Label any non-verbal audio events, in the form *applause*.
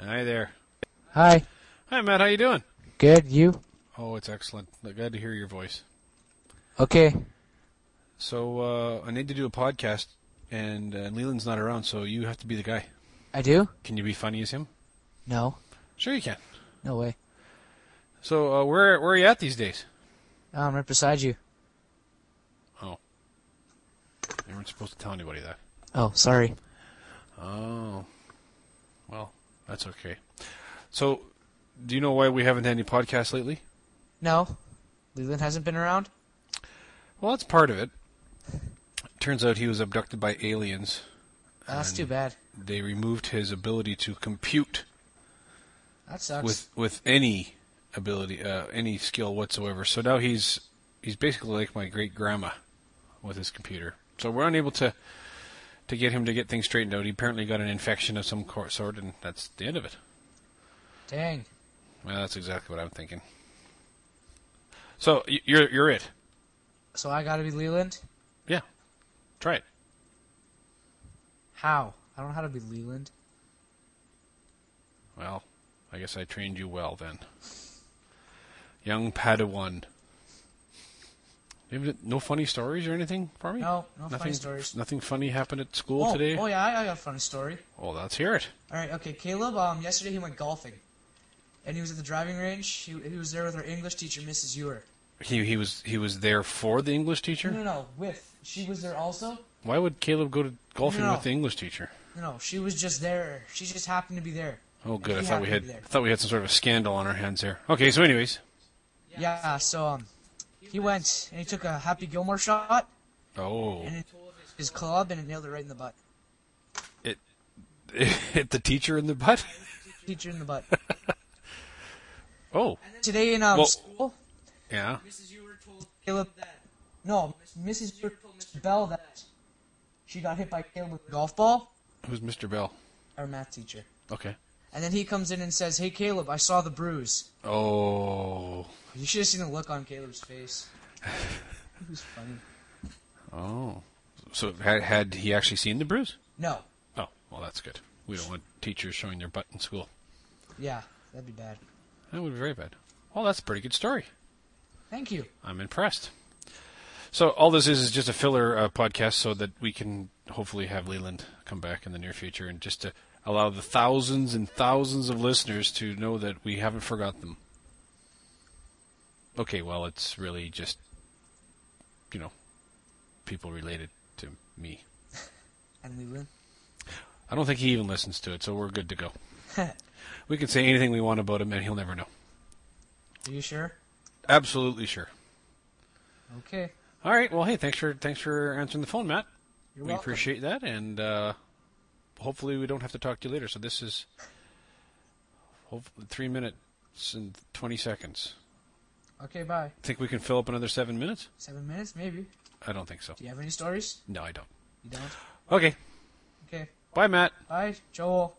Hi there. Hi. Hi Matt, how you doing? Good. You? Oh, it's excellent. Glad to hear your voice. Okay. So uh, I need to do a podcast, and uh, Leland's not around, so you have to be the guy. I do? Can you be funny as him? No. Sure, you can. No way. So uh, where where are you at these days? I'm right beside you. Oh, you weren't supposed to tell anybody that. Oh, sorry. Oh, well, that's okay. So, do you know why we haven't had any podcasts lately? No. Leland hasn't been around? Well, that's part of it. Turns out he was abducted by aliens. Oh, that's And too bad. They removed his ability to compute That sucks. with with any ability, uh, any skill whatsoever. So now he's he's basically like my great grandma with his computer. So we're unable to to get him to get things straightened out. He apparently got an infection of some cor- sort, and that's the end of it. Dang. Well, that's exactly what I'm thinking. So y- you're you're it. So I gotta be Leland? Yeah, try it. How? I don't know how to be Leland. Well, I guess I trained you well then. Young Padawan. You have No funny stories or anything for me? No, no nothing, funny stories. Nothing funny happened at school oh, today? oh yeah, I, I got a funny story. Well, let's hear it. All right, okay. Caleb, um, yesterday he went golfing, and he was at the driving range. He, he was there with our English teacher, Mrs. Ewer. He he was he was there for the English teacher. No, no, no. With she was there also. Why would Caleb go to golfing No. with the English teacher? No, no, she was just there. She just happened to be there. Oh, good. I He thought we had happened to be there. thought we had some sort of a scandal on our hands there. Okay, so anyways, Yeah. So um, he went and he took a Happy Gilmore shot oh, *laughs* and it his club and it nailed it right in the butt. hit the teacher in the butt. Teacher in the butt. Oh, Today in um Well- school, yeah. Caleb. No, Mrs. Ewer told Mr. Bell that she got hit by Caleb with a golf ball. Who's Mr. Bell? Our math teacher. Okay. And then he comes in and says, "Hey, Caleb, I saw the bruise." Oh, You should have seen the look on Caleb's face. It was funny. oh. So had had he actually seen the bruise? No, Oh, well, that's good. We don't want teachers showing their butt in school. yeah, that'd be bad. That would be very bad. Well, that's a pretty good story. Thank you. I'm impressed. So all this is is just a filler uh, podcast, so that we can hopefully have Leland come back in the near future, and just to allow the thousands and thousands of listeners to know that we haven't forgot them. Okay, well, it's really just, you know, people related to me. And *laughs* Leland. I don't think he even listens to it, so we're good to go. we can say anything we want about him, and he'll never know. Are you sure? Absolutely sure. Okay. All right. Well, hey, thanks for thanks for answering the phone, Matt. You're we welcome. appreciate that, and uh, hopefully we don't have to talk to you later. So this is hope- three minutes and twenty seconds. Okay, bye. Think we can fill up another seven minutes? Seven minutes, maybe. I don't think so. Do you have any stories? No, I don't. You don't. Okay. Okay. Bye, Matt. Bye, Joel.